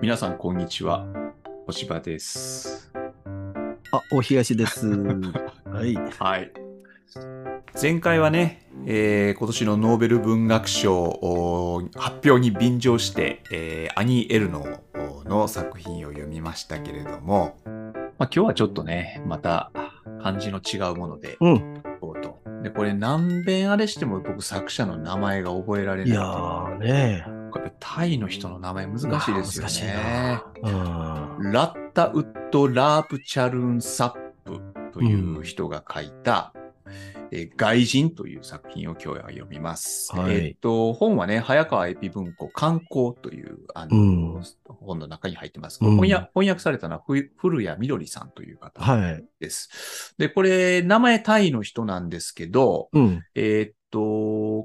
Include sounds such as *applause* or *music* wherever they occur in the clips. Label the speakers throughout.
Speaker 1: 皆さん、こんにちは。星葉です。
Speaker 2: あ、お東です。はい。
Speaker 1: *laughs* はい。前回はね、えー今年のノーベル文学賞おー発表に便乗して、えーアニー・エルノーの作品を読みましたけれども、まあ、今日はちょっとね、また漢字の違うもので
Speaker 2: うん。
Speaker 1: いこうと。で、これ何遍あれしても僕作者の名前が覚えられない
Speaker 2: い
Speaker 1: って
Speaker 2: や
Speaker 1: いうの
Speaker 2: ー
Speaker 1: は。
Speaker 2: ね
Speaker 1: やっぱりタイの人の名前難しいですよね。
Speaker 2: 難しいな。
Speaker 1: ラッタウッド・ラープチャルーン・サップという人が書いた、えー外人という作品を今日は読みます。
Speaker 2: はい
Speaker 1: えーっと、本はね、早川エピ文庫、観光というあの、
Speaker 2: うん
Speaker 1: 本の中に入ってます。
Speaker 2: うん
Speaker 1: 翻訳翻訳されたのはふ古谷みどりさんという方
Speaker 2: はい。
Speaker 1: です。で、これ、名前タイの人なんですけど、
Speaker 2: うん。
Speaker 1: えーっと、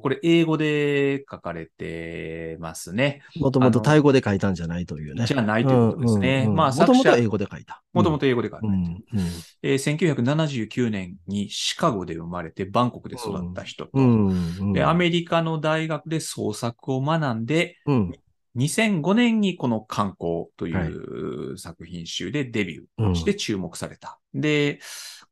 Speaker 1: これ英語で書かれてますね。
Speaker 2: もともとタイ語で書いたんじゃないというね。
Speaker 1: じゃないということですね。まあ、
Speaker 2: もと
Speaker 1: 作
Speaker 2: もと
Speaker 1: 者、
Speaker 2: 英語で書いた。
Speaker 1: もとも
Speaker 2: と。
Speaker 1: と英語で書かれて
Speaker 2: う
Speaker 1: る
Speaker 2: ん。
Speaker 1: えー1979年にシカゴで生まれてバンコクで育った人と、
Speaker 2: うん。うん。
Speaker 1: でアメリカの大学で創作を学んで、
Speaker 2: うん。
Speaker 1: 2005年にこの観光とい
Speaker 2: は
Speaker 1: う作品集でデビュ
Speaker 2: う
Speaker 1: ー
Speaker 2: ん
Speaker 1: して注目された。で、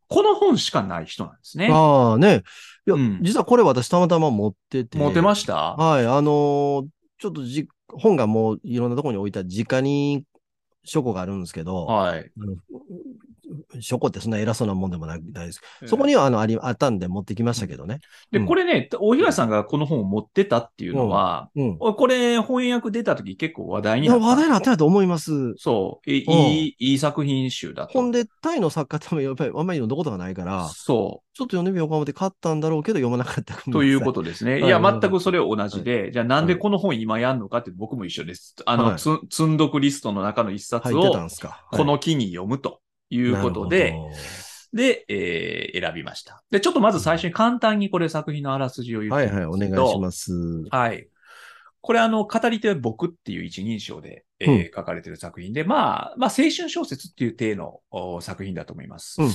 Speaker 1: この本しかない人なんですね。
Speaker 2: ああ、ね。いや
Speaker 1: うん、
Speaker 2: 実はこれ私たまたま持ってて。
Speaker 1: モテま
Speaker 2: し
Speaker 1: した、
Speaker 2: はい。あのー、ちょっとじ、本がもういろんなところに置いた直に書庫があるんですけど、
Speaker 1: はい。
Speaker 2: あの書庫ってそんな偉そうなもんでもないないです。そこにはあのありあったんで持ってきましたけどね。
Speaker 1: で、
Speaker 2: うん
Speaker 1: これね、大東さんがこの本を持ってたっていうのは、
Speaker 2: うん。
Speaker 1: これ翻訳出た時結構話題
Speaker 2: い
Speaker 1: にな
Speaker 2: や、
Speaker 1: った。
Speaker 2: 話題になってないと思います。
Speaker 1: そう。いい
Speaker 2: うん
Speaker 1: いい、いい作品集だと。
Speaker 2: ほんで、タイの作家ってもやっぱりあんまり読んだことがないから、
Speaker 1: そう。
Speaker 2: ちょっと読んでみようか思って買ったんだろうけど読まなかった。
Speaker 1: というこ
Speaker 2: と。
Speaker 1: とですね。
Speaker 2: い
Speaker 1: いや、
Speaker 2: はい
Speaker 1: 全くそれ同じで、じゃあなんでこの本今やんのかって僕も一緒です。あの、
Speaker 2: はい
Speaker 1: つ積んどくリストの中の一冊
Speaker 2: 入ってたん
Speaker 1: を
Speaker 2: ですか。
Speaker 1: この木に読むということで、
Speaker 2: なるほど
Speaker 1: で、えー選びました。で、ちょっとまず最初に簡単にこれ作品のあらすじを言って
Speaker 2: はいはい、お願いしますす。
Speaker 1: けど。はい。これあの、語り手は僕っていう一人称で、えー書かれてる作品で、まあ、まあ、青春小説っていう体のお作品だと思います。
Speaker 2: うん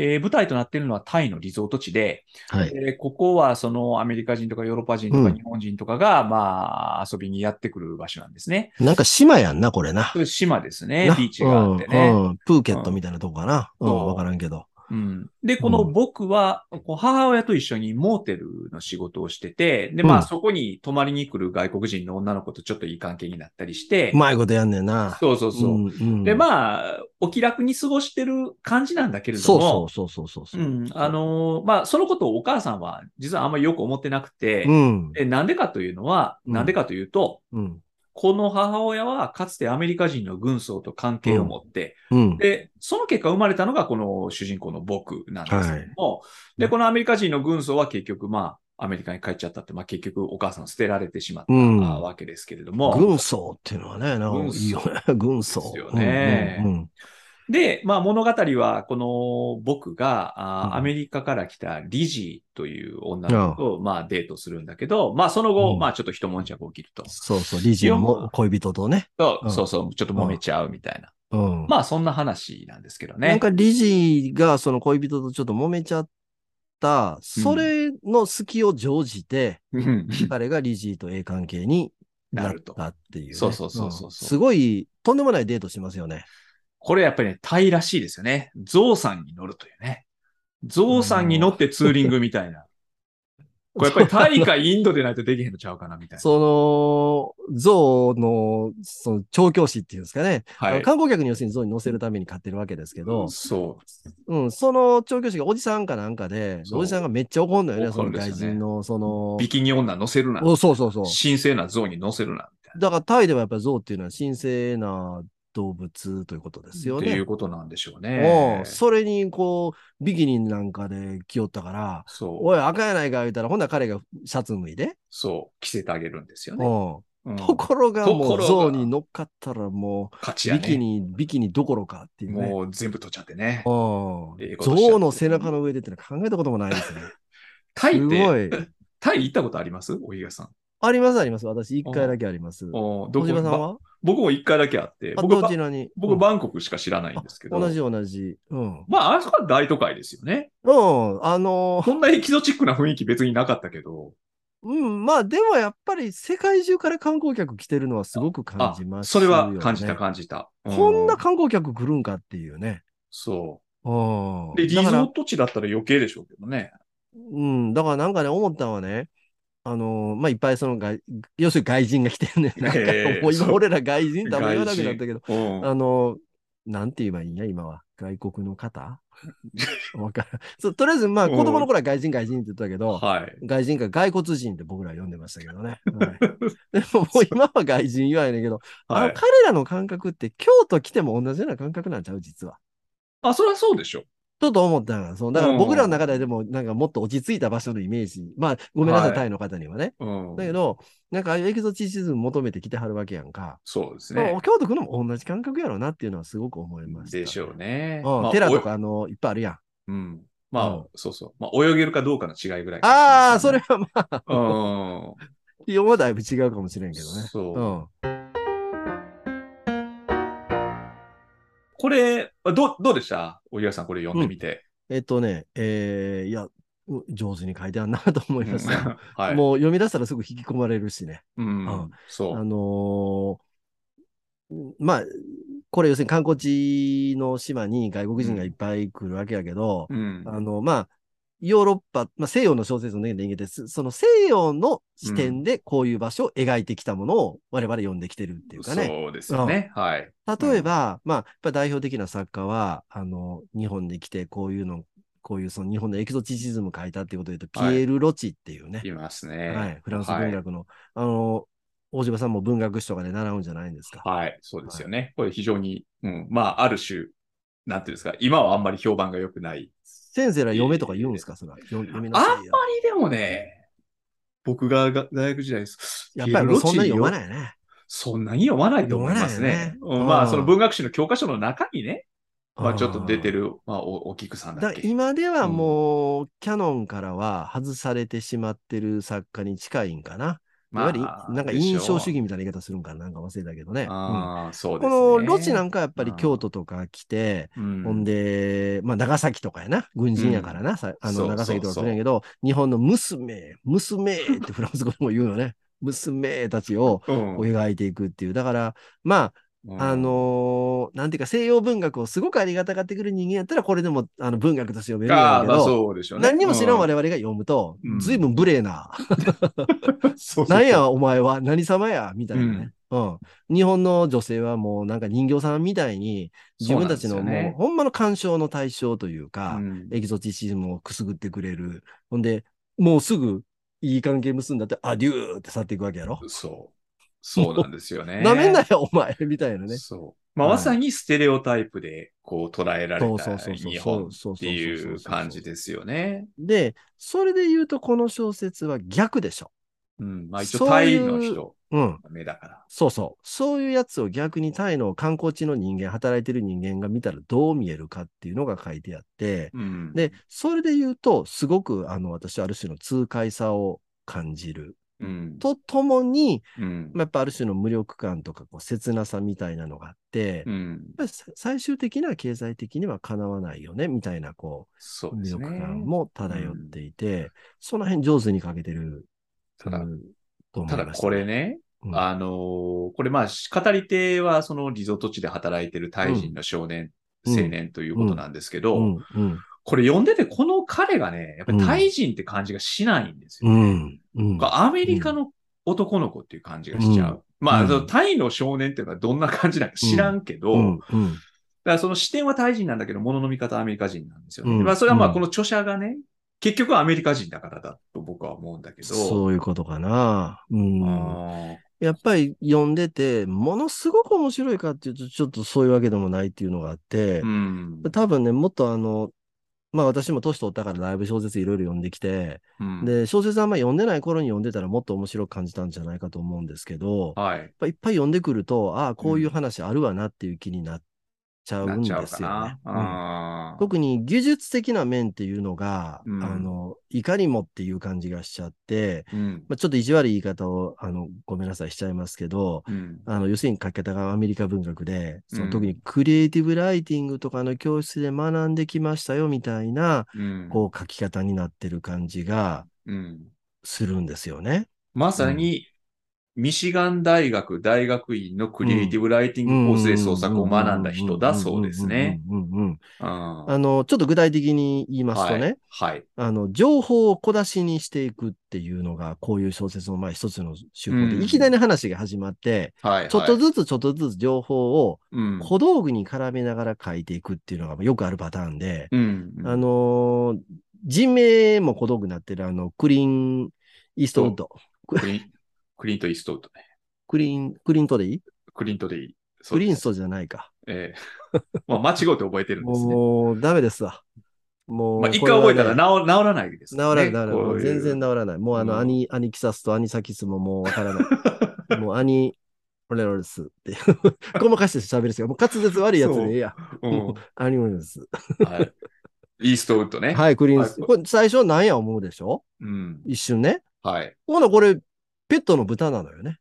Speaker 1: えー舞台となっているのはタイのリゾート地で、
Speaker 2: はい。
Speaker 1: でここはそのアメリカ人とかヨーロッパ人とか
Speaker 2: うん
Speaker 1: 日本人とかが、まあ遊びにやってくる場所なんですね。
Speaker 2: なんか島やんな、これな
Speaker 1: こ。れ島ですね
Speaker 2: な。
Speaker 1: ビーチがあってね。
Speaker 2: うんうんプーケットみたいなとこかな。
Speaker 1: う
Speaker 2: うんん、わからんけど。
Speaker 1: うんで、この僕は、こう母親と一緒にモーテルの仕事をしてて、で、ま
Speaker 2: う
Speaker 1: あ
Speaker 2: ん
Speaker 1: そこに泊まりに来る外国人の女の子とちょっといい関係になったりして
Speaker 2: う、まいことやんねんな。
Speaker 1: そうそうそう。
Speaker 2: ん
Speaker 1: で、
Speaker 2: あ、
Speaker 1: まあ、お気楽に過ごしてる感じなんだけれど
Speaker 2: そう
Speaker 1: も、
Speaker 2: そうそうそうそうそう。
Speaker 1: うん、あ、のーまあ、そのことをお母さんは実はあんまりよく思ってなくて、
Speaker 2: うん。
Speaker 1: で、なんでかというのは、
Speaker 2: うん
Speaker 1: なんでかというと、
Speaker 2: うん。
Speaker 1: この母親はかつてアメリカ人の軍曹と関係を持って、
Speaker 2: うん。
Speaker 1: で、その結果生まれたのがこの主人公の僕なんですけども、
Speaker 2: い
Speaker 1: で、このアメリカ人の軍曹は結局、まあ、アメリカに帰っちゃったって、まあ結局お母さん捨てられてしまった
Speaker 2: うん
Speaker 1: わけですけれども、
Speaker 2: 軍曹っていうのはね、なんかいいよね。軍曹。
Speaker 1: ですよね
Speaker 2: うんうんうん
Speaker 1: で、まあ物語はこの僕が、あー
Speaker 2: うん
Speaker 1: アメリカから来たリジーという女の子と、まあデートするんだけど、まあその後、
Speaker 2: うん
Speaker 1: まあちょっと一悶着起きると。
Speaker 2: そうそう、理事
Speaker 1: いや
Speaker 2: も恋人とね。
Speaker 1: そう
Speaker 2: うん
Speaker 1: そうそう、ちょっと揉めちゃうみたいな。
Speaker 2: うん。
Speaker 1: まあそんな話なんですけど
Speaker 2: な
Speaker 1: ね
Speaker 2: ん。か理事がその恋人とちょっと揉めちゃった、それの隙を乗じて、
Speaker 1: うん *laughs*
Speaker 2: 彼が理事とええ関係に
Speaker 1: な
Speaker 2: なっ
Speaker 1: ると。
Speaker 2: たっていうね、
Speaker 1: そうそうそうそうそうん
Speaker 2: すごい、とんでもないデートしますよね。
Speaker 1: これやっぱりね、タイらしいですよね。ゾウさんに乗るというね。ゾウさんに乗ってツーリングみたいな。これやっぱりタイかインドでないとできへんのちゃうかなみたいな。
Speaker 2: その、象の、その、調教師っていうんですかね。あ
Speaker 1: は
Speaker 2: の
Speaker 1: い。
Speaker 2: 観光客に要するに象に乗せるために買ってるわけですけど、
Speaker 1: そ
Speaker 2: うん、その調教師がおじさんかなんかで、
Speaker 1: そう
Speaker 2: おじさんがめっちゃ怒るのよね、
Speaker 1: 怒
Speaker 2: そ
Speaker 1: る
Speaker 2: の
Speaker 1: んですよ
Speaker 2: 外
Speaker 1: ね。
Speaker 2: 人の、そうの、
Speaker 1: ビキニ女乗せるな。
Speaker 2: おそうそうそう。
Speaker 1: 神聖なゾウに乗せるな。みたいな。
Speaker 2: だからタイではやっぱり象っていうのは神聖な動物ということですよ
Speaker 1: ってい
Speaker 2: ね
Speaker 1: う。ことなんでしょう
Speaker 2: も
Speaker 1: ね
Speaker 2: う。それにこう、ビキニなんかで着よったから、
Speaker 1: そう。
Speaker 2: おい、赤やないか言うたら、ほんなら彼がシャツ脱いで、
Speaker 1: そう。着せてあげるんですよ
Speaker 2: う
Speaker 1: ね。う
Speaker 2: ん
Speaker 1: ん
Speaker 2: ところがも
Speaker 1: ところ
Speaker 2: う
Speaker 1: が
Speaker 2: 象に乗っかったらも
Speaker 1: 勝ち
Speaker 2: う、
Speaker 1: や
Speaker 2: ビキ
Speaker 1: ね。
Speaker 2: ニ、ビキニどころかっていうね。
Speaker 1: もう全部取っちゃってね。
Speaker 2: うん
Speaker 1: ええことしちゃう
Speaker 2: 象の背中の上でってのは考えたこともな
Speaker 1: *laughs*
Speaker 2: いですね。
Speaker 1: タイ
Speaker 2: す
Speaker 1: っ
Speaker 2: ご
Speaker 1: て、
Speaker 2: い。
Speaker 1: タイ行ったことありますお東さん。
Speaker 2: ありますあります。私、一回だけあります。小
Speaker 1: おどこ
Speaker 2: 島さん
Speaker 1: ば
Speaker 2: は
Speaker 1: 僕も一回だけあって、
Speaker 2: あ
Speaker 1: 僕
Speaker 2: ど
Speaker 1: ば
Speaker 2: ちらに
Speaker 1: 僕、
Speaker 2: うん
Speaker 1: バンコクしか知らないんですけど、
Speaker 2: 同じ同じ。うん。
Speaker 1: まあ、あそこは大都会ですよね。
Speaker 2: うん。あのー
Speaker 1: こんなエキゾチックな雰囲気別になかったけど、
Speaker 2: うん、まあでもやっぱり世界中から観光客来てるのはすごく感じます
Speaker 1: そ
Speaker 2: よ、
Speaker 1: れ
Speaker 2: ね。
Speaker 1: は感じた感じた。う
Speaker 2: こんな観光客来るんかっていうね。
Speaker 1: そ
Speaker 2: うん
Speaker 1: う。で、リゾ
Speaker 2: だから
Speaker 1: ート地だったら余計でしょうけどね。
Speaker 2: うん、だからなんかね、思ったのはね、あのーまあ、いっぱいその外、要するに外人が来てるね。なんか
Speaker 1: ええ
Speaker 2: もう
Speaker 1: そ
Speaker 2: 今
Speaker 1: う
Speaker 2: 俺ら外人ってあんま言わなくなったけど、
Speaker 1: うん
Speaker 2: あのーなんて言えばいいんや、今は。外国
Speaker 1: *laughs*
Speaker 2: の方わからんそうとりあえず、まあ、
Speaker 1: うん
Speaker 2: 子供の頃は外人外人って言ってたけど、
Speaker 1: はい。
Speaker 2: 外人か外骨人って僕ら呼んでましたけど
Speaker 1: *laughs*
Speaker 2: ね。はい、でももう今は外人言わへんねんけど、あ
Speaker 1: は
Speaker 2: の
Speaker 1: い。
Speaker 2: 彼らの感覚って京都来ても同じような感覚なんちゃう、実は。
Speaker 1: あ、そりゃそうでしょ。
Speaker 2: ちょっと思ったなそう。だから
Speaker 1: うん
Speaker 2: 僕らの中ででも、なんかもっと落ち着いた場所のイメージ。まあ、ごめんなさい、
Speaker 1: はい
Speaker 2: タイの方にはね。
Speaker 1: うん
Speaker 2: だ。けど、なんかああいうエキゾチシズム求めてきてはるわけやんか。
Speaker 1: そうです
Speaker 2: ま
Speaker 1: ね
Speaker 2: あ。京都来るのも同じ感覚やろうなっていうのはすごく思いました。
Speaker 1: でしょうね。
Speaker 2: うん
Speaker 1: まあ
Speaker 2: 寺と。
Speaker 1: お
Speaker 2: か、あの、いっぱいあるやん。
Speaker 1: うん。ま
Speaker 2: う
Speaker 1: あ
Speaker 2: ん、
Speaker 1: そうそう。まあ、泳げるかどうかの違いぐらい。
Speaker 2: ああ、それ。はまあ、
Speaker 1: うん。
Speaker 2: 気温はだいぶ違うかもしれんけどね。
Speaker 1: そうう。
Speaker 2: ん。
Speaker 1: これ、あどう、どうでしたおゆさん、これ読んでみて。
Speaker 2: えっとね、えー、いや、う上手に書いてあん *laughs* なと思いますね。
Speaker 1: *laughs* はい。
Speaker 2: もう読み出したらすぐ引き込まれるしね。
Speaker 1: う
Speaker 2: うんん。
Speaker 1: そ
Speaker 2: あ
Speaker 1: う。
Speaker 2: のーまあ、これ要するに観光地の島に外国人がいっぱい来るわけやけど、
Speaker 1: うん。
Speaker 2: あの、まあ、ヨーロッパ、まあ、西洋の小説の年齢です。その西洋の視点でこういう場所を描いてきたものを我々読んできてるっていうかね。
Speaker 1: そうですよね。はい。
Speaker 2: 例えば、まあ、やっぱ代表的な作家は、あの、日本に来てこういうの、こういうその日本のエキゾチシズム書いたっていうことで言うと、
Speaker 1: はい
Speaker 2: ピエール・ロチっていうね、
Speaker 1: います
Speaker 2: はい、
Speaker 1: ね。
Speaker 2: フランス文学の、あの、大島さんも文学史とかで習うんじゃないんですか。
Speaker 1: はい、そうですよね。これ非常に、うん、まあ、ある種、なんていうんですか、今はあんまり評判が良くない。
Speaker 2: 先生ら嫁とか言うんですか、それは。よ読みな
Speaker 1: あん
Speaker 2: さ
Speaker 1: ま
Speaker 2: い
Speaker 1: りで
Speaker 2: よ。
Speaker 1: もね、僕がが大学時代です。
Speaker 2: やっぱり俺そんなに読ま
Speaker 1: い。
Speaker 2: ないね。
Speaker 1: そんなに読まないと思いますね。
Speaker 2: 読まないよね
Speaker 1: うんま
Speaker 2: う
Speaker 1: あ、
Speaker 2: ん
Speaker 1: その文学史の教科書の中にね、まあ、ちょっと出て
Speaker 2: る。
Speaker 1: る、まあ、おお菊さんだ
Speaker 2: だ
Speaker 1: っ
Speaker 2: から
Speaker 1: け。
Speaker 2: 今ではもう、キャノンからは外されてしまってる作家に近いんかな。い
Speaker 1: ま
Speaker 2: わ
Speaker 1: あ
Speaker 2: ゆる、なんか印象主義みたいな言い方するんかな、なんか忘れたけどね。うん
Speaker 1: ああ、そうですね。
Speaker 2: このロチなんかやっぱり
Speaker 1: うん
Speaker 2: 京都とか来て、
Speaker 1: うん、
Speaker 2: ほんで、まあ長崎とかやな、軍人やからな、さあ
Speaker 1: そう
Speaker 2: の長崎とか
Speaker 1: そうそう
Speaker 2: 来るんやけど、日本の娘、娘ってフランス語でも言うよね。娘たちを
Speaker 1: うん、
Speaker 2: こう描いていくっていう。だから、ま
Speaker 1: うん
Speaker 2: あ、あ、のーなんていうか西洋文学をすごくありがたがってくる人間やったら、これでもあの文学として読めるん
Speaker 1: あ
Speaker 2: や
Speaker 1: あ、
Speaker 2: け
Speaker 1: まあ、
Speaker 2: ど、
Speaker 1: そうでしょうね。
Speaker 2: 何にも知らん
Speaker 1: わ
Speaker 2: 我々が読むと
Speaker 1: う、ん
Speaker 2: ずいぶん無礼な、
Speaker 1: *laughs* そうそうそう
Speaker 2: なんやお前は、何様や、みたいなね。うん。日本の女性はもうなんか人形さんみたいに、自分たち
Speaker 1: そ
Speaker 2: の
Speaker 1: うなんですよ
Speaker 2: も
Speaker 1: ね
Speaker 2: う、ほんまの干渉の対象というか
Speaker 1: う、ん
Speaker 2: エキゾチシズムをくすぐってくれる。ほんで、もうすぐ、いい関係結んだって、アデューって去っていくわけやろ。
Speaker 1: そう。そうなんですよ
Speaker 2: *laughs*
Speaker 1: ね。
Speaker 2: な、めんなよ、お前みたいなね。
Speaker 1: そう。まあ、
Speaker 2: はい
Speaker 1: まさにステレオタイプで、こう、捉えられ
Speaker 2: そうそ
Speaker 1: た
Speaker 2: うそうそう。
Speaker 1: 日本っ
Speaker 2: そう
Speaker 1: ていう感じ
Speaker 2: で。
Speaker 1: ですよね。
Speaker 2: で、それで言うと、この小説は逆でしょ。
Speaker 1: うん。まあ、一
Speaker 2: そ
Speaker 1: 応、
Speaker 2: う
Speaker 1: タ
Speaker 2: い
Speaker 1: イ
Speaker 2: う
Speaker 1: の人
Speaker 2: う
Speaker 1: が
Speaker 2: ん。
Speaker 1: 目だから。
Speaker 2: そうそう。そういうやつを逆にタイの観光地の人間、働いてる人間が見たらどう見えるかっていうのが書いてあって、
Speaker 1: うん。
Speaker 2: で、それで言うと、すごく、あの、私、ある種の痛快さを感じる。
Speaker 1: うん。
Speaker 2: とともに、
Speaker 1: うん
Speaker 2: まあ。やっぱある種の無力感とか、こう、切なさみたいなのがあって、
Speaker 1: う
Speaker 2: やっ
Speaker 1: ん。
Speaker 2: ぱりさ最終的には経済的にはかなわないよね、みたいな、こ、
Speaker 1: そううで
Speaker 2: 無
Speaker 1: す
Speaker 2: 力
Speaker 1: ね。
Speaker 2: 感も漂っていて、その辺上手にかけてる、
Speaker 1: ただ
Speaker 2: うんと思
Speaker 1: た
Speaker 2: い
Speaker 1: だ、
Speaker 2: ました。
Speaker 1: これね、
Speaker 2: うん
Speaker 1: あのーこれ、まあ、語り手は、そのリゾート地で働いてるタイ人の少年、
Speaker 2: うん
Speaker 1: 青年ということなんですけ
Speaker 2: う
Speaker 1: ど、
Speaker 2: ん、うん、
Speaker 1: これ読んでて、この彼がね、やっぱりタイ人って感じがしないんですよ
Speaker 2: う
Speaker 1: ね。
Speaker 2: ん、うん。
Speaker 1: がアメリカの男の子っていう感じがしちゃう。まあ、
Speaker 2: うん
Speaker 1: そのタイの少年っていうのはどんな感じなんか知らんけど、だからその視点はタイ人なんだけど、ものの見方はアメリカ人なんですよね。
Speaker 2: うん
Speaker 1: まあ、それはまあ、
Speaker 2: うん
Speaker 1: この著者がね、結局はアメリカ人だからだと僕は思うんだけど、
Speaker 2: そういうことかな。うん。
Speaker 1: あ
Speaker 2: やっぱり読んでて、ものすごく面白いかっていうと、ちょっとそういうわけでもないっていうのがあって
Speaker 1: ー、うん。
Speaker 2: 多分ね、もっとあの、まあ私も年取ったからだいぶ小説いろいろ読んできて、
Speaker 1: うん、
Speaker 2: で、小説あんま読んでない頃に読んでたらもっと面白く感じたんじゃないかと思うんですけど、やっ
Speaker 1: はい。
Speaker 2: ぱいっぱい読んでくると、ああ、こういう話あるわなっていう気になっちゃう
Speaker 1: なんっ
Speaker 2: で
Speaker 1: ち
Speaker 2: す
Speaker 1: ゃ
Speaker 2: よ
Speaker 1: う
Speaker 2: ね
Speaker 1: か。な。
Speaker 2: うん
Speaker 1: あー
Speaker 2: 特に技術的な面っていうのが、
Speaker 1: うん
Speaker 2: あの、いかにもっていう感じがしちゃって、
Speaker 1: うん。
Speaker 2: まあ、ちょっと意地悪い言い方を、あの、ごめんなさいしちゃいますけど、
Speaker 1: うん。
Speaker 2: あの、要するに書き方がアメリカ文学で、そ
Speaker 1: うん
Speaker 2: の特にクリエイティブライティングとかの教室で学んできましたよみたいな、
Speaker 1: うん。
Speaker 2: こう書き方になってる感じが、
Speaker 1: うん。
Speaker 2: するんですよね。
Speaker 1: まさに、ミシガン大学大学院のクリエイティブライティングコースで創作を学んだ人だそうですね。
Speaker 2: うんうんうんう
Speaker 1: う
Speaker 2: ん。
Speaker 1: ん
Speaker 2: あの、ちょっと具体的に言いますとね、
Speaker 1: はい。はい。
Speaker 2: あの、情報を小出しにしていくっていうのが、こういう小説の前一つの手法で、
Speaker 1: うん
Speaker 2: いきなり話が始まって、
Speaker 1: はいはい。
Speaker 2: ちょっとずつちょっとずつ情報を
Speaker 1: うん、
Speaker 2: 小道具に絡めながら書いていくっていうのがよくあるパターンで、
Speaker 1: うん。
Speaker 2: あのー人名も小道具になってるあの、クリーン・イーストウッド。
Speaker 1: クリン、クリント・イーストウッドね。
Speaker 2: クリーン、クリントでいい
Speaker 1: クリントでいい。そう
Speaker 2: ク
Speaker 1: で
Speaker 2: リ
Speaker 1: す
Speaker 2: ーンストじゃないか。
Speaker 1: ええまあ、間違うて覚えてるんですね。
Speaker 2: もう、ダメですわ。もう、
Speaker 1: まあ、一
Speaker 2: これ
Speaker 1: 回
Speaker 2: はね
Speaker 1: 覚えたら治,、治らないです
Speaker 2: 治
Speaker 1: ね。
Speaker 2: らない、治らない。
Speaker 1: こ
Speaker 2: も
Speaker 1: ういう
Speaker 2: う全然治らない。もうあ
Speaker 1: う
Speaker 2: の、
Speaker 1: ん
Speaker 2: アニ、アニキサスとアニサキスももうわから
Speaker 1: *laughs*
Speaker 2: ない。もうアニ、オレロレスって。ごまかして喋るんですよ。もう *laughs* 滑舌悪いやつでいいや。
Speaker 1: うん
Speaker 2: アニオレロレス。
Speaker 1: はいイーストウッドね。い。
Speaker 2: はい、クリーン
Speaker 1: はい
Speaker 2: ス。これ最初なんや思うでしょ
Speaker 1: うん。
Speaker 2: 一瞬ね。
Speaker 1: はい。
Speaker 2: ほな、これ、ペットの豚なのよね。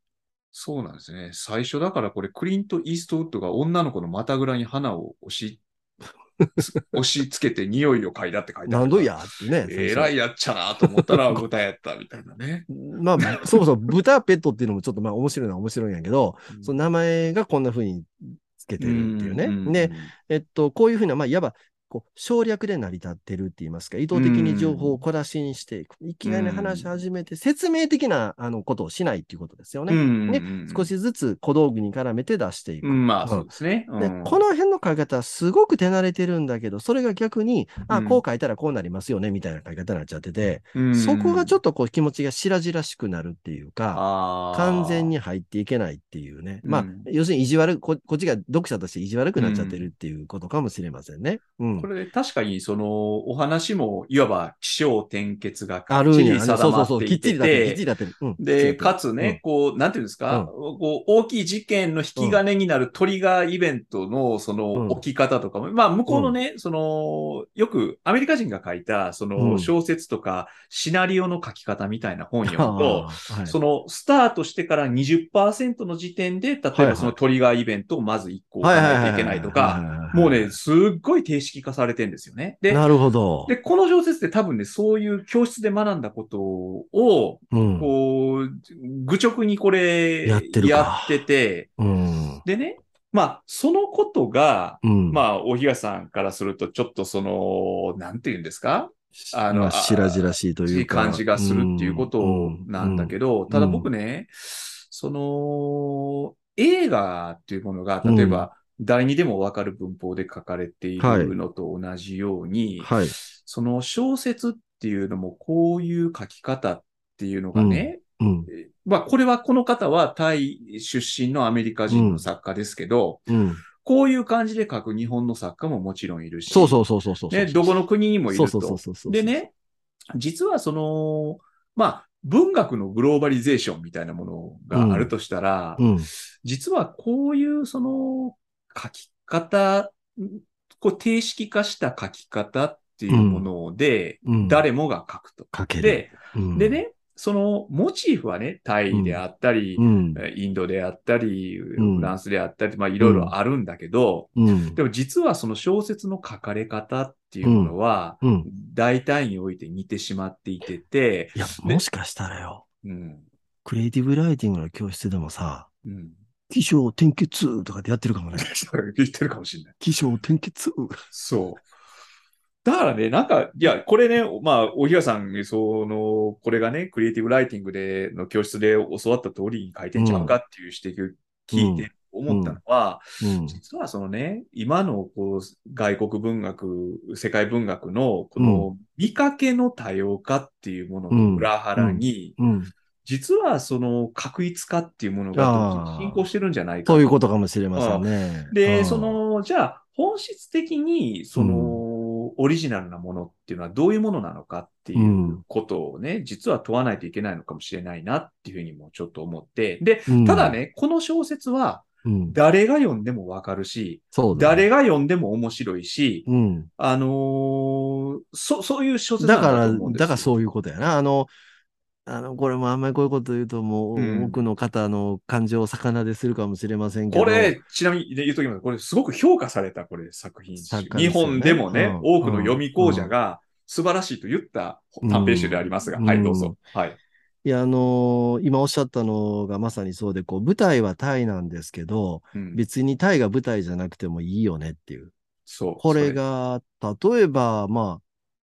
Speaker 1: そうなんですね。最初だからこれ、クリント・イーストウッドが女の子の股ぐらに花を押
Speaker 2: *laughs*
Speaker 1: し、押し付けて匂いを嗅いだって書いてある。
Speaker 2: 何度やってね。
Speaker 1: えらいやっちゃなと思ったら豚やったみたいなね。
Speaker 2: まあ、そもそも豚ペットっていうのもちょっとまあ面白いのは面白いんやけど、 *laughs* その名前がこんな風につけてるっていうね。
Speaker 1: ん
Speaker 2: で、、えっと、こういうふうな、まあ、いわば、こう、省略で成り立ってるって言いますか、意図的に情報を小出しにしていく。いきなり話し始めて、説明的な、あの、ことをしないっていうことですよ
Speaker 1: うんう
Speaker 2: ね。
Speaker 1: ん
Speaker 2: ね
Speaker 1: うん
Speaker 2: 少、しずつ小道具に絡めて出していく。
Speaker 1: うんまあそうですね。
Speaker 2: で
Speaker 1: うん
Speaker 2: この辺の書き方、すごく手慣れてるんだけど、それが逆に、
Speaker 1: う
Speaker 2: あ、
Speaker 1: ん
Speaker 2: こう書いたらこうなりますよね、みたいな書き方になっちゃってて、そこがちょ
Speaker 1: っ
Speaker 2: っとこう気持ちが白々しくなるっていうか、
Speaker 1: と
Speaker 2: 完全に入っていけないっていうね。まあ、
Speaker 1: うん
Speaker 2: 要するに意地悪こ、こっちが読者として意地悪くなっちゃってるっていうことかもしれませんね。うん。
Speaker 1: これ確かにそのお話もいわば起承転結が
Speaker 2: あ
Speaker 1: か
Speaker 2: る
Speaker 1: っち
Speaker 2: んや
Speaker 1: り
Speaker 2: ね。そう
Speaker 1: 定ま
Speaker 2: そう
Speaker 1: っ
Speaker 2: そう。
Speaker 1: て
Speaker 2: き
Speaker 1: い
Speaker 2: っちり
Speaker 1: て
Speaker 2: だってる、きっちり
Speaker 1: て、
Speaker 2: だってる。うん。
Speaker 1: で、
Speaker 2: きっちりだ
Speaker 1: か
Speaker 2: ってる
Speaker 1: つね、、こう、なんていうんですか、
Speaker 2: うん
Speaker 1: こう大きい事件の引き金になるトリガーイベントのそ
Speaker 2: うん
Speaker 1: の置き方とかも、まあ向こうのね、その、よくアメリカ人が書いたそ
Speaker 2: うん
Speaker 1: の小説とかシナリオの書き方みたいな本
Speaker 2: うん
Speaker 1: 読むと、
Speaker 2: あーはい
Speaker 1: そのスタートしてから20%の時点で、例
Speaker 2: は
Speaker 1: え
Speaker 2: いは
Speaker 1: ば
Speaker 2: い
Speaker 1: そのトリガーイベントをまず1個考
Speaker 2: はいはい
Speaker 1: えて
Speaker 2: はい
Speaker 1: い
Speaker 2: はい
Speaker 1: けないとか、、もうね、すっごい定式化されてんですよね。で、
Speaker 2: なるほど。
Speaker 1: で、この小説って多分ね、そういう教室で学んだことを、
Speaker 2: うん。
Speaker 1: こう、愚直にこれ、
Speaker 2: やってるか
Speaker 1: やってて
Speaker 2: うん。
Speaker 1: でね、まあ、そのことが、
Speaker 2: うん。
Speaker 1: まあ、大東さんからすると、ちょっとその、なんて言うんですかあの
Speaker 2: まあ、白々しいと
Speaker 1: い
Speaker 2: いう
Speaker 1: い
Speaker 2: か。
Speaker 1: 感じがするっていうことなんだけど、ただ
Speaker 2: うん
Speaker 1: 僕ね、その、映画っていうものが、例えば、誰にでもわかる文法で書かれてい
Speaker 2: はい
Speaker 1: るのと同じように、
Speaker 2: どはい。
Speaker 1: その小説っていうのもこういう書き方っていうのがね、
Speaker 2: うん。
Speaker 1: まあこれはこの方はタイ出身のアメリカ人の作家ですけど、
Speaker 2: うん。
Speaker 1: こういう感じで書く日本の作家ももちろんいるし、
Speaker 2: そうそうそうそうそう。
Speaker 1: ね、どこの国にもいると。
Speaker 2: そうそうそうそうそう。
Speaker 1: で。ね、実はその、まあ、文学のグローバリゼーションみたいなものがあるとしたら、
Speaker 2: うん。
Speaker 1: 実はこういうその書き方、こう定式化した書き方っていうもので、
Speaker 2: うん。
Speaker 1: 誰もが書くと。
Speaker 2: かける。
Speaker 1: で、
Speaker 2: うん
Speaker 1: で、ね、そのモチーフはね、タイであったり、
Speaker 2: うん。
Speaker 1: インドであったり、
Speaker 2: ん
Speaker 1: フランスであったり、まあいろいろあるんだけど、
Speaker 2: うん。
Speaker 1: でも実はその小説の書かれ方っていうものは、
Speaker 2: うん。
Speaker 1: 大体において似てしまっていてて、
Speaker 2: いや、
Speaker 1: で
Speaker 2: もしかしたらよ、
Speaker 1: うん。
Speaker 2: クリエイティブライティングの教室でもさ、
Speaker 1: うん。 *laughs*
Speaker 2: 起承転結とかでやってるかもね。
Speaker 1: 言ってるかもしれない。
Speaker 2: 起承転結。
Speaker 1: そう。だからね、なんか、いや、これね、まあ、大東さんに、その、これがね、クリエイティブライティングで、の教室で教わった通りに書いてんちゃうかっていう指摘を聞いて思ったのは、
Speaker 2: うん。
Speaker 1: 実はそのね、今の、こう、外国文学、世界文学の、この、見かけの多様化っていうものの裏腹に、
Speaker 2: うん。
Speaker 1: 実はその、確一化っていうものが時に進行してるんじゃないか
Speaker 2: ということかもしれませんね。う
Speaker 1: で、
Speaker 2: ん
Speaker 1: そ、の、じゃあ、本質的に、その、オリジナルなものっていうのはどういうものなのかっていううんことをね、実は問わないといけないのかもしれないなっていうふうにもちょっと思って。で、
Speaker 2: うん
Speaker 1: ただ、ね、この小説は
Speaker 2: うん、
Speaker 1: 誰が読んでもわかるし、
Speaker 2: そうだね、
Speaker 1: 誰が読んでも面白いし、
Speaker 2: うん。
Speaker 1: あのーそ、そういう小説な
Speaker 2: だ
Speaker 1: ん
Speaker 2: か
Speaker 1: だ
Speaker 2: ら、
Speaker 1: と思うんです
Speaker 2: だからそういうことやな。あの、あの、これもあんまりこういうこと言うと、もう、
Speaker 1: うん
Speaker 2: 多くの方の感情を逆なでするかもしれませんけど。
Speaker 1: これ、ちなみにね言うときます。これ、すごく評価された、これ、作品集。
Speaker 2: 作家です
Speaker 1: 日
Speaker 2: よね
Speaker 1: 本でもね、
Speaker 2: うん
Speaker 1: 多くの読み講者が素晴らしいと言った短編集でありますが、
Speaker 2: うん
Speaker 1: はい、どうぞ。はい。
Speaker 2: いや、あのー今おっしゃったのがまさにそうで、こう、舞台はタイなんですけど、
Speaker 1: うん、
Speaker 2: 別にタイが舞台じゃなくてもいいよねっていう。
Speaker 1: そう。
Speaker 2: これが、例えば、まあ、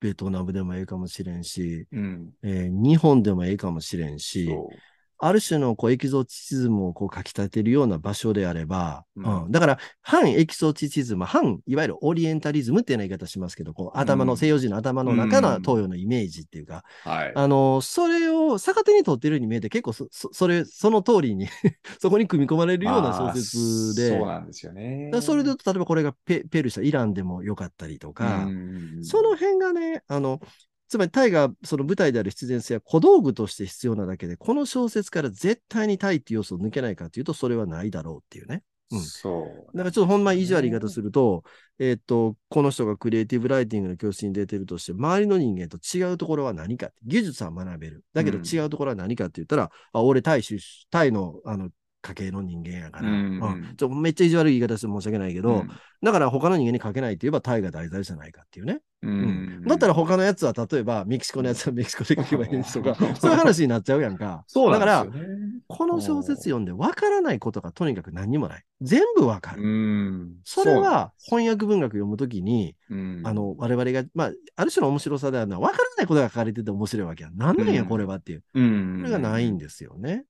Speaker 2: ベトナムでもええかもしれんし、
Speaker 1: それ。うん。
Speaker 2: えー日本でもええかもしれんし、
Speaker 1: そう
Speaker 2: ある種のこうエキゾチシズムをこうかき立てるような場所であれば、
Speaker 1: う
Speaker 2: うんんだから反エキゾチシズム、反いわゆるオリエンタリズムっていうような言い方しますけど、こう頭の、
Speaker 1: うん
Speaker 2: 西洋人の頭の中の
Speaker 1: うん
Speaker 2: 東洋のイメージっていうか、
Speaker 1: はい。
Speaker 2: あのそれを逆手に取ってるように見えて、結構そそそれその通りに *laughs* そこに組み込まれるような小説で、
Speaker 1: まあそう
Speaker 2: だか
Speaker 1: なんですよね。
Speaker 2: らそれで言うと例えばこれがペペルシャ、イランでもよかったりとか、
Speaker 1: うん
Speaker 2: その辺がね、あの、つまりタイがその舞台である必然性は小道具として必要なだけで、この小説から絶対にタイっていう要素を抜けないかというと、それはないだろうっていうね。うん
Speaker 1: そう。
Speaker 2: だからちょっとほんま意地悪い言い方すると、えーっと、この人がクリエイティブライティングの教室に出てるとして、周りの人間と違うところは何か。技術は学べる。だけど
Speaker 1: うん
Speaker 2: 違うところは何かって言ったら、あ俺タイ出身、タイの、あの、家系の人間やから、
Speaker 1: うん
Speaker 2: ちょめっちゃ意地悪い言い方して申し訳ないけど、
Speaker 1: うん
Speaker 2: だから他の人間に書けないって言えばタイが題材じゃないかっていうね。
Speaker 1: うん
Speaker 2: だったら他のやつは、例えば、メキシコのやつはメキシコで書けばいいんですと
Speaker 1: *laughs*
Speaker 2: か、そういう話になっちゃうやんか。
Speaker 1: そうなん
Speaker 2: だから、
Speaker 1: ですよね。
Speaker 2: この小説読んで分からないことがとにかく何にもない。全部分かる。
Speaker 1: うん。
Speaker 2: それは翻訳文学読むときに、
Speaker 1: そうなんです、うん
Speaker 2: あ、の、我々が、まあ、ある種の面白さであるのは、分からないことが書かれてて面白いわけや。何なんや、これはっていう。
Speaker 1: うん
Speaker 2: これがないんですよね。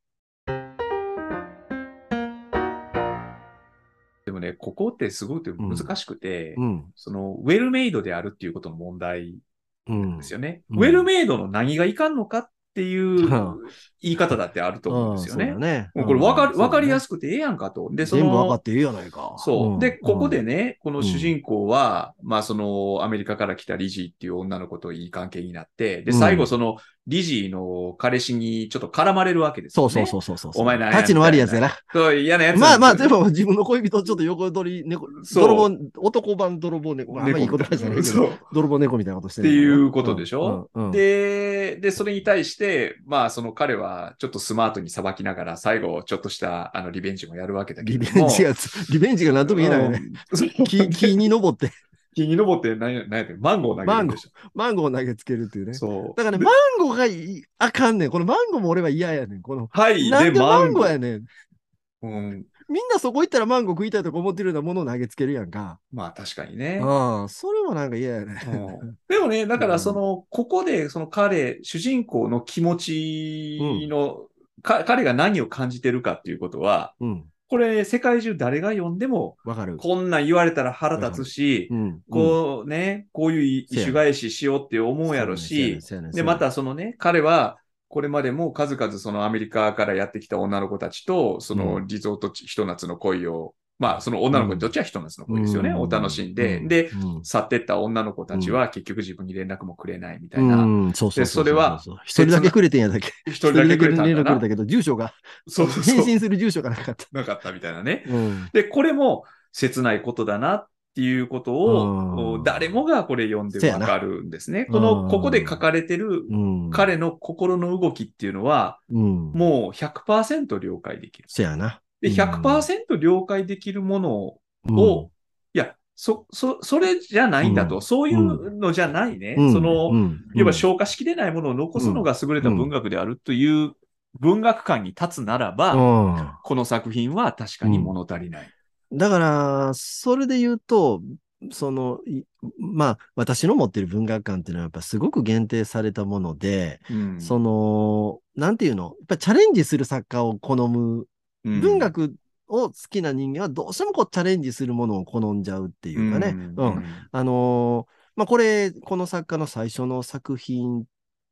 Speaker 1: でもね、ここってすごく難しくて、
Speaker 2: うん。
Speaker 1: その、ウェルメイドであるっていうことの問題
Speaker 2: うん。
Speaker 1: ですよね。
Speaker 2: うん
Speaker 1: ウェルメイドの何がいかんのかって
Speaker 2: *laughs*
Speaker 1: いう
Speaker 2: は
Speaker 1: 言い方だってあると思うんですよね。
Speaker 2: うんそうだね。
Speaker 1: もうこれわか
Speaker 2: う
Speaker 1: る、
Speaker 2: ん
Speaker 1: わかりやすくてええやんかと。で、そ
Speaker 2: 全部分かっ
Speaker 1: の、
Speaker 2: ていいやないか。
Speaker 1: そう。
Speaker 2: ん
Speaker 1: で、ここで、ね、この主人公は、まあ、その、アメリカから来たリジーっていう女の子といい関係になって、で、
Speaker 2: うん
Speaker 1: 最後、その、リジーの彼氏にちょっと絡まれるわけです
Speaker 2: そ
Speaker 1: よ
Speaker 2: う
Speaker 1: ね。
Speaker 2: そうそうそうそう。
Speaker 1: お前なんや
Speaker 2: 立ちの悪いやつやな。
Speaker 1: そう。嫌なやつ
Speaker 2: まあまあ、で
Speaker 1: 全部
Speaker 2: も自分の恋人をちょっと横取り、猫、
Speaker 1: そう
Speaker 2: 泥棒、男版泥棒猫、まあ、あんまいい言葉じゃないけど、
Speaker 1: そう。
Speaker 2: 泥棒猫みたいなことして
Speaker 1: っていう
Speaker 2: る
Speaker 1: ことでしょ、
Speaker 2: うんうんうん
Speaker 1: で、で、それに対して、まあ、その彼はちょっとスマートにさばきながら、最後、ちょっとしたあのリベンジもやるわけだけ
Speaker 2: リ
Speaker 1: ど
Speaker 2: ベ
Speaker 1: も。
Speaker 2: ンジが、リベンジが何とも言えないよね。
Speaker 1: うん。そう *laughs*
Speaker 2: 木木に登って、
Speaker 1: 木に登って何や、何やってマンゴー投げるんでしょ。
Speaker 2: マンゴーを投げつけるっていうね。
Speaker 1: そう。
Speaker 2: だからね、マンゴーがいあかんねん。このマンゴーも俺は嫌やねん。この、
Speaker 1: はい、
Speaker 2: なんでマンゴー
Speaker 1: や。
Speaker 2: やねん。
Speaker 1: うん。
Speaker 2: みんなそこ行ったらマンゴー食いたいとか思ってるようなものを投げつけるやんか。
Speaker 1: まあ、確かにね。
Speaker 2: うん。それもなんか嫌やね。
Speaker 1: うんでもね、だからその、ここで、その彼、主人公の気持ちの、か彼が何を感じてるかっていうことは、
Speaker 2: うん。
Speaker 1: これ、世界中誰が読んでも、
Speaker 2: わかる。
Speaker 1: こんなん言われたら腹立つし、
Speaker 2: うん。
Speaker 1: こうね、こういうい
Speaker 2: せや
Speaker 1: 意種返ししようって思うやろし、
Speaker 2: そうやねん、そうやねん
Speaker 1: で、ま、たそのね、彼は、これまでも数々そのアメリカからやってきた女の子たちと、そのリゾート地、ひと夏の恋を、まあ、その女の子にとってはひと夏の
Speaker 2: そ
Speaker 1: 恋
Speaker 2: うやねん
Speaker 1: ですよね、
Speaker 2: うん
Speaker 1: お楽しんで、
Speaker 2: う
Speaker 1: で、
Speaker 2: うん
Speaker 1: 去ってった女の子たちは結局自分に連絡もくれないみたいな、
Speaker 2: うん、そうそうう
Speaker 1: で
Speaker 2: う。
Speaker 1: それは
Speaker 2: うう、一人だけくれてんやだけ。
Speaker 1: 一
Speaker 2: 一
Speaker 1: 人だけくれた
Speaker 2: 連
Speaker 1: んだ
Speaker 2: 絡くれた
Speaker 1: な。
Speaker 2: けど、住所が、
Speaker 1: そうそう
Speaker 2: 返
Speaker 1: そう、
Speaker 2: 信する住所がなかった。
Speaker 1: なかったみたいなね。
Speaker 2: うん。
Speaker 1: で、これも切ないことだなっていうこと
Speaker 2: う
Speaker 1: を、
Speaker 2: ん
Speaker 1: 誰もがこれ読んでわかるんですね。こ
Speaker 2: う
Speaker 1: の、
Speaker 2: ん
Speaker 1: ここで書かれてる
Speaker 2: うん、
Speaker 1: 彼の心の動きっていうのは、
Speaker 2: うん、う、
Speaker 1: もう100%了解できる。
Speaker 2: せやな。
Speaker 1: で、
Speaker 2: うん
Speaker 1: 100%了解できるものを、
Speaker 2: うん
Speaker 1: をいや、そ、そ、それじゃないんだと、
Speaker 2: うん
Speaker 1: そういうのじゃないね。
Speaker 2: うん
Speaker 1: その、
Speaker 2: うん、
Speaker 1: 要は消化しきれないものを残すのが優れた文学であるという文学観に立つならば、
Speaker 2: う
Speaker 1: この作品は確かに物足りない。
Speaker 2: ん。だから、それで言うと、その、いまあ、私の持ってる文学観っていうのはやっぱすごく限定されたもので、
Speaker 1: うん
Speaker 2: その、なんていうの、やっぱチャレンジする作家を好む、
Speaker 1: うん
Speaker 2: 文学を好きな人間はどうしてもこうチャレンジするものを好んじゃうっていうかね、うん、あのーまあ、これ、この作家の最初の作品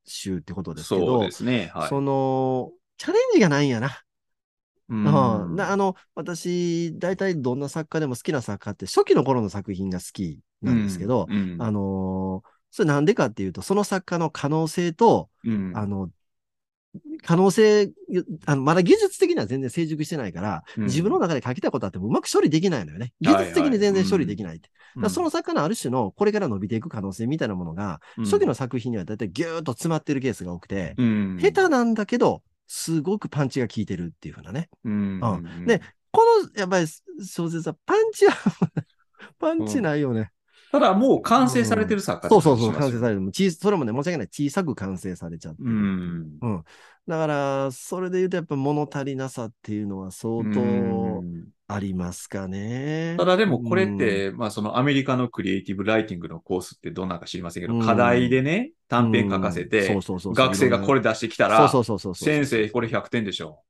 Speaker 2: 集ってことですけど、
Speaker 1: そうですね。はい。
Speaker 2: その、チャレンジがないんやな。
Speaker 1: うん
Speaker 2: うんなあの、私、大体どんな作家でも好きな作家って、初期の頃の作品が好きなんですけど、
Speaker 1: うん
Speaker 2: あのーそれなんでかっていうと、その作家の可能性と、
Speaker 1: うん
Speaker 2: あの、可能性、あのまだ技術的には全然成熟してないから、
Speaker 1: うん
Speaker 2: 自分の中で書きたいことあってもうまく処理できないのよね。技術的に全然処理できないって。だからその作家のある種のこれから伸びていく可能性みたいなものが、
Speaker 1: うん
Speaker 2: 初期の作品にはだいたいギューッと詰まってるケースが多くて、
Speaker 1: うん
Speaker 2: 下手なんだけど、すごくパンチが効いてるっていう風なね。
Speaker 1: うん
Speaker 2: う
Speaker 1: うん
Speaker 2: でこの、やっぱり小説はパンチは、パンチないよね。
Speaker 1: ただもう完成されてる作家
Speaker 2: そうそうそう、
Speaker 1: って感
Speaker 2: 完
Speaker 1: じ
Speaker 2: 成
Speaker 1: し
Speaker 2: されても、小さそれもね、申し訳ない、小さく完成されちゃって
Speaker 1: ますよ
Speaker 2: る。
Speaker 1: うん。
Speaker 2: だから、それで言うと、やっぱ物足りなさっていうのは相
Speaker 1: う
Speaker 2: 当
Speaker 1: ん
Speaker 2: ありますかね。
Speaker 1: ただでもこれって、まあそのアメリカのクリエイティブライティングのコースってどんなのか知りませんけど、
Speaker 2: うん
Speaker 1: 課題でね、短編書かせ
Speaker 2: うん
Speaker 1: て
Speaker 2: そう、そうそうそう
Speaker 1: 学生がこれ出してきたら、
Speaker 2: そうそうそうそうそう
Speaker 1: 先生これ100点でしょ。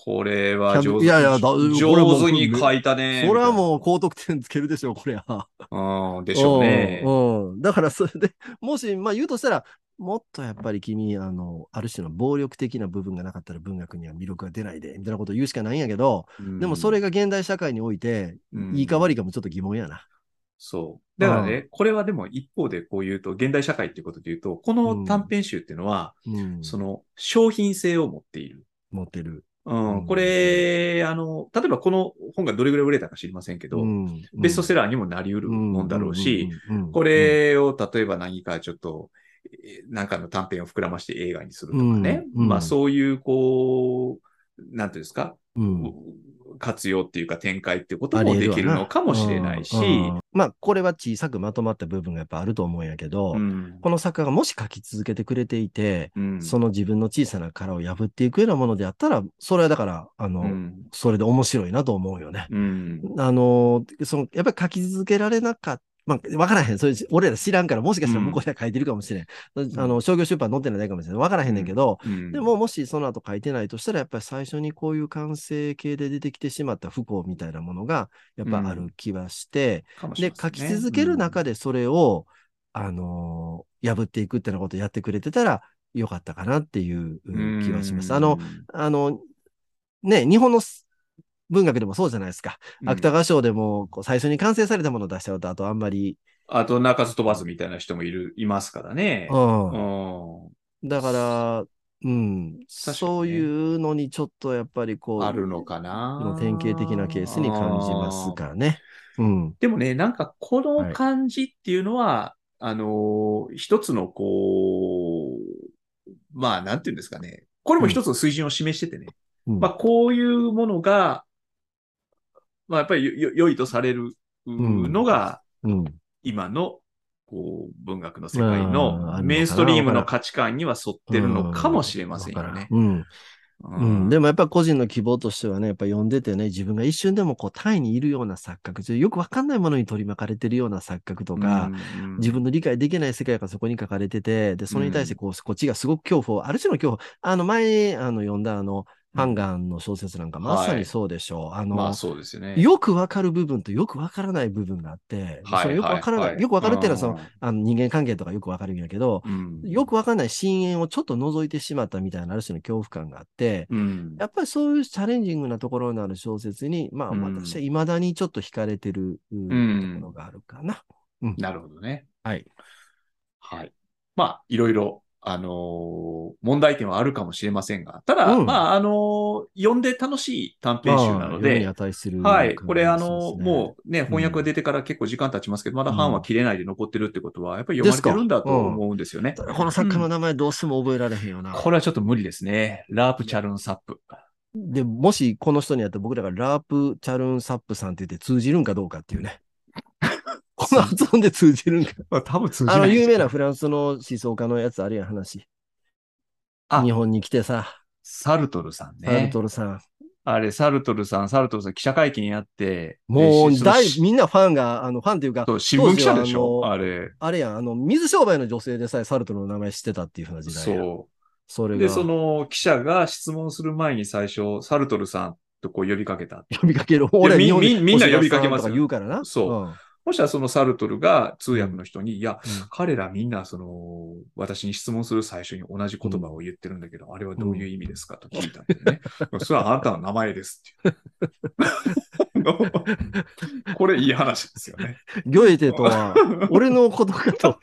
Speaker 1: これは上手
Speaker 2: いやいやだこれは
Speaker 1: 上手に書いたね。
Speaker 2: それはもう高得点つけるでしょう、これは。
Speaker 1: みたいなうん、でしょうね。
Speaker 2: うんうんだから、それで、もし、まあ言うとしたら、もっとやっぱり君、あの、ある種の暴力的な部分がなかったら文学には魅力が出ないで、みたいなことを言うしかないんやけど、でもそれが現代社会において、
Speaker 1: うん、
Speaker 2: いいか悪いかもちょっと疑問やな。
Speaker 1: そう。だからね、これはでも一方でこう言うと、現代社会っていうことで言うと、この短編集っていうのは、
Speaker 2: うん。
Speaker 1: その商品性を持っている。
Speaker 2: 持ってる。
Speaker 1: う、
Speaker 2: うんん
Speaker 1: これ、あの、例えばこの本がどれぐらい売れたか知りませんけど、
Speaker 2: うん
Speaker 1: ベストセラーにもなりうる
Speaker 2: うん
Speaker 1: もんだろうし、、
Speaker 2: うんうんうん
Speaker 1: こ、れを例えば何かちょっと、えーなんかの短編を膨らまして映画にするとかね、
Speaker 2: うんうん
Speaker 1: まあそういう、こう、なんていうんですか、
Speaker 2: うん
Speaker 1: 活用っていうか展開っていうこともできるのかもしれないし、
Speaker 2: ありえるわなうんうんまあ、これは小さくまとまった部分がやっぱあると思うんやけど、
Speaker 1: うん
Speaker 2: この作家がもし書き続けてくれていて、
Speaker 1: うん
Speaker 2: その自分の小さな殻を破っていくようなものであったら、それはだから、あの、
Speaker 1: うん
Speaker 2: それで面白いなと思うよね。
Speaker 1: うん
Speaker 2: あの、その、やっぱり書き続けられなかった。まあ、わからへん。それ、俺ら知らんから、もしかしたら向こうでは書いてるかもしれん。
Speaker 1: ん
Speaker 2: あの、商業出版載ってないかもしれん。わからへんねんけど、
Speaker 1: うん
Speaker 2: でも、もしその後書いてないとしたら、やっぱり最初にこういう完成形で出てきてしまった不幸みたいなものが、やっぱある気はして、
Speaker 1: かもしれ
Speaker 2: で
Speaker 1: ま、せ
Speaker 2: 書
Speaker 1: ん
Speaker 2: き
Speaker 1: ね
Speaker 2: 続ける中でそれを、あのー破っていくってなことやってくれてたら、よかったかなっていううん気はします。あの、、あの、ね、日本のす文学でもそうじゃないですか。
Speaker 1: うん
Speaker 2: 芥川賞でも、こう最初に完成されたものを出しちゃうと、あとあんまり、
Speaker 1: あと、鳴かず飛ばずみたいな人もいる、いますからね。
Speaker 2: うん
Speaker 1: うん
Speaker 2: だから、うん、
Speaker 1: かにね
Speaker 2: そういうのにちょっとやっぱりこう、
Speaker 1: あるのかな。
Speaker 2: の典型的なケースに感じますかね。うん。
Speaker 1: でもね、なんかこの感じっていうのは、あのー一つのこう、まあなんていうんですかね。これも一つの水準を示しててね。
Speaker 2: うん
Speaker 1: まあこういうものが、まあやっぱりよよ良いとされる
Speaker 2: ん
Speaker 1: のが、
Speaker 2: うん
Speaker 1: 今のこう文学の世界
Speaker 2: うんあるのか
Speaker 1: の
Speaker 2: な
Speaker 1: メインストリームの価値観には沿ってるのかもしれませんよね。
Speaker 2: うん。
Speaker 1: う
Speaker 2: うん、でもやっぱ個人の希望としてはね、やっぱ読んでてね、自分が一瞬でもこう、タイにいるような錯覚、ちょっとよくわかんないものに取り巻かれてるような錯覚とか、
Speaker 1: うんうん
Speaker 2: 自分の理解できない世界がそこに書かれてて、で、それに対してこう、こっちがすごく恐怖を、ある種の恐怖、あの前、あの、読んだあの、ハンガンの小説なんかまさにそうでしょう。あの、
Speaker 1: まあそうですよね。
Speaker 2: よくわかる部分とよくわからない部分があって、
Speaker 1: はい
Speaker 2: そのよくわからない、
Speaker 1: はいはい
Speaker 2: よくわかるっていうのはその、あの人間関係とかよくわかるんやけど、
Speaker 1: うん
Speaker 2: よくわかんない深淵をちょっと覗いてしまったみたいなある種の恐怖感があって、
Speaker 1: うん
Speaker 2: やっぱりそういうチャレンジングなところのある小説に、まあ
Speaker 1: うん
Speaker 2: 私は未だにちょっと惹かれてる、うんんところがあるかな。
Speaker 1: なるほどね。
Speaker 2: はい。
Speaker 1: はい。まあ、いろいろ、あのー問題点はあるかもしれませんが、ただ、
Speaker 2: うん
Speaker 1: まあ、あのー読んで楽しい短編集なの
Speaker 2: まあ世に
Speaker 1: で、
Speaker 2: 値する
Speaker 1: はい。
Speaker 2: 感じ
Speaker 1: これ、あ
Speaker 2: です
Speaker 1: のー
Speaker 2: ね
Speaker 1: もうね、翻訳が出てから結構時間経ちますけど、まだ版は切れないで残ってるってことは、やっぱり読まれてるんだと思うんですよね。
Speaker 2: ただこの作家の名前どうしても覚えられへんよな。
Speaker 1: これはちょっと無理ですね。ラープチャルンサップ。
Speaker 2: で、もしこの人にやったら僕らがラープ・チャルン・サップさんって言って通じるんかどうかってい
Speaker 1: *laughs*
Speaker 2: うね。この発音で通じるんか。
Speaker 1: まあ、多分通
Speaker 2: あの、有名なフランスの思想家のやつあるやん、話。
Speaker 1: あ
Speaker 2: 日本に来てさ、
Speaker 1: サルトルさんね。
Speaker 2: サルトルさん。
Speaker 1: あれ、サルトルさん、サルトルさん記者会見やって、
Speaker 2: も
Speaker 1: で
Speaker 2: う
Speaker 1: し、
Speaker 2: 大
Speaker 1: そ、の
Speaker 2: みんなファンが、あの、ファンっていうか
Speaker 1: そう、新聞記者でし
Speaker 2: 当時
Speaker 1: ょ
Speaker 2: はあの
Speaker 1: あれ。
Speaker 2: あれやん、あの、水商売の女性でさえサルトルの名前知ってたっていうふうな時代やん。
Speaker 1: そ。
Speaker 2: そうれ
Speaker 1: で、
Speaker 2: が
Speaker 1: その記者が質問する前に最初、サルトルさんとこう呼びかけた。
Speaker 2: 呼びかける。俺、
Speaker 1: み
Speaker 2: 日本に
Speaker 1: みみんな呼びかけますよ
Speaker 2: お知らせさんとか言うからな。。
Speaker 1: そうんもしはそのサルトルが通訳の人に、いや、彼らみんな、その、私に質問する最初に同じ言葉を言ってるんだけど、あれはどういう意味ですかと聞いたんだよね。それはあなたの名前ですっていう。あのこれいい話ですよね。
Speaker 2: ギョエテと
Speaker 1: *laughs*
Speaker 2: は、俺のことかと、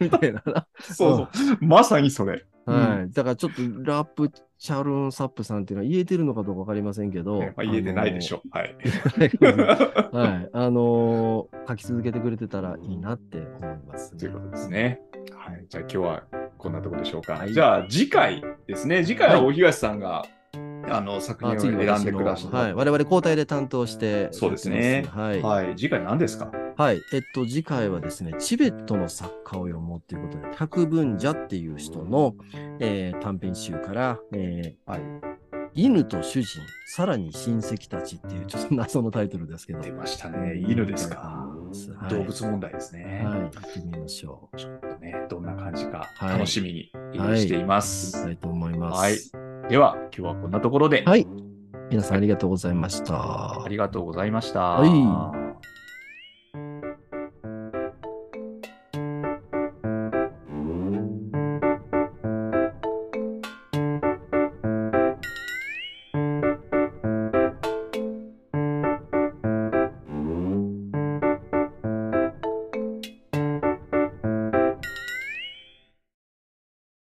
Speaker 2: みたいなな。
Speaker 1: そうそう。まさにそれ。
Speaker 2: はい。だからちょっとラップチャルンサップさんっていうのは言えてるのかどうかわかりませんけど。
Speaker 1: まあ、言えてないでし
Speaker 2: ょ。
Speaker 1: ょう。はい。 *laughs*
Speaker 2: はい。あのー書き続けてくれてたらいいなって思います、
Speaker 1: ということですね。はい。じゃあ今日はこんなところでしょうか。
Speaker 2: はい
Speaker 1: じゃあ次回ですね。次回は大東さんが、あの作
Speaker 2: あ
Speaker 1: 品を
Speaker 2: 次
Speaker 1: 選
Speaker 2: 私
Speaker 1: んで
Speaker 2: の
Speaker 1: ください。
Speaker 2: はい。我々交代で担当して。
Speaker 1: そうですね
Speaker 2: はい。はい。
Speaker 1: はい、次回何ですか
Speaker 2: えっと、次回はですね、チベットの作家を読もうということで、百文者っていう人の、えー短編集から、えー
Speaker 1: はい
Speaker 2: 犬と主人、さらに親戚たちっていう、ちょっと謎のタイトルですけど。
Speaker 1: 出ましたね。犬ですか。
Speaker 2: はい
Speaker 1: 動物問題ですね。
Speaker 2: はい。やってみましょう。
Speaker 1: ちょっとね、どんな感じか
Speaker 2: はい
Speaker 1: 楽しみにしています。
Speaker 2: いきたいと思います。
Speaker 1: はい。では、今日はこんなところで、
Speaker 2: はい皆さんありがとうございました。
Speaker 1: ありがとうございました。
Speaker 2: はい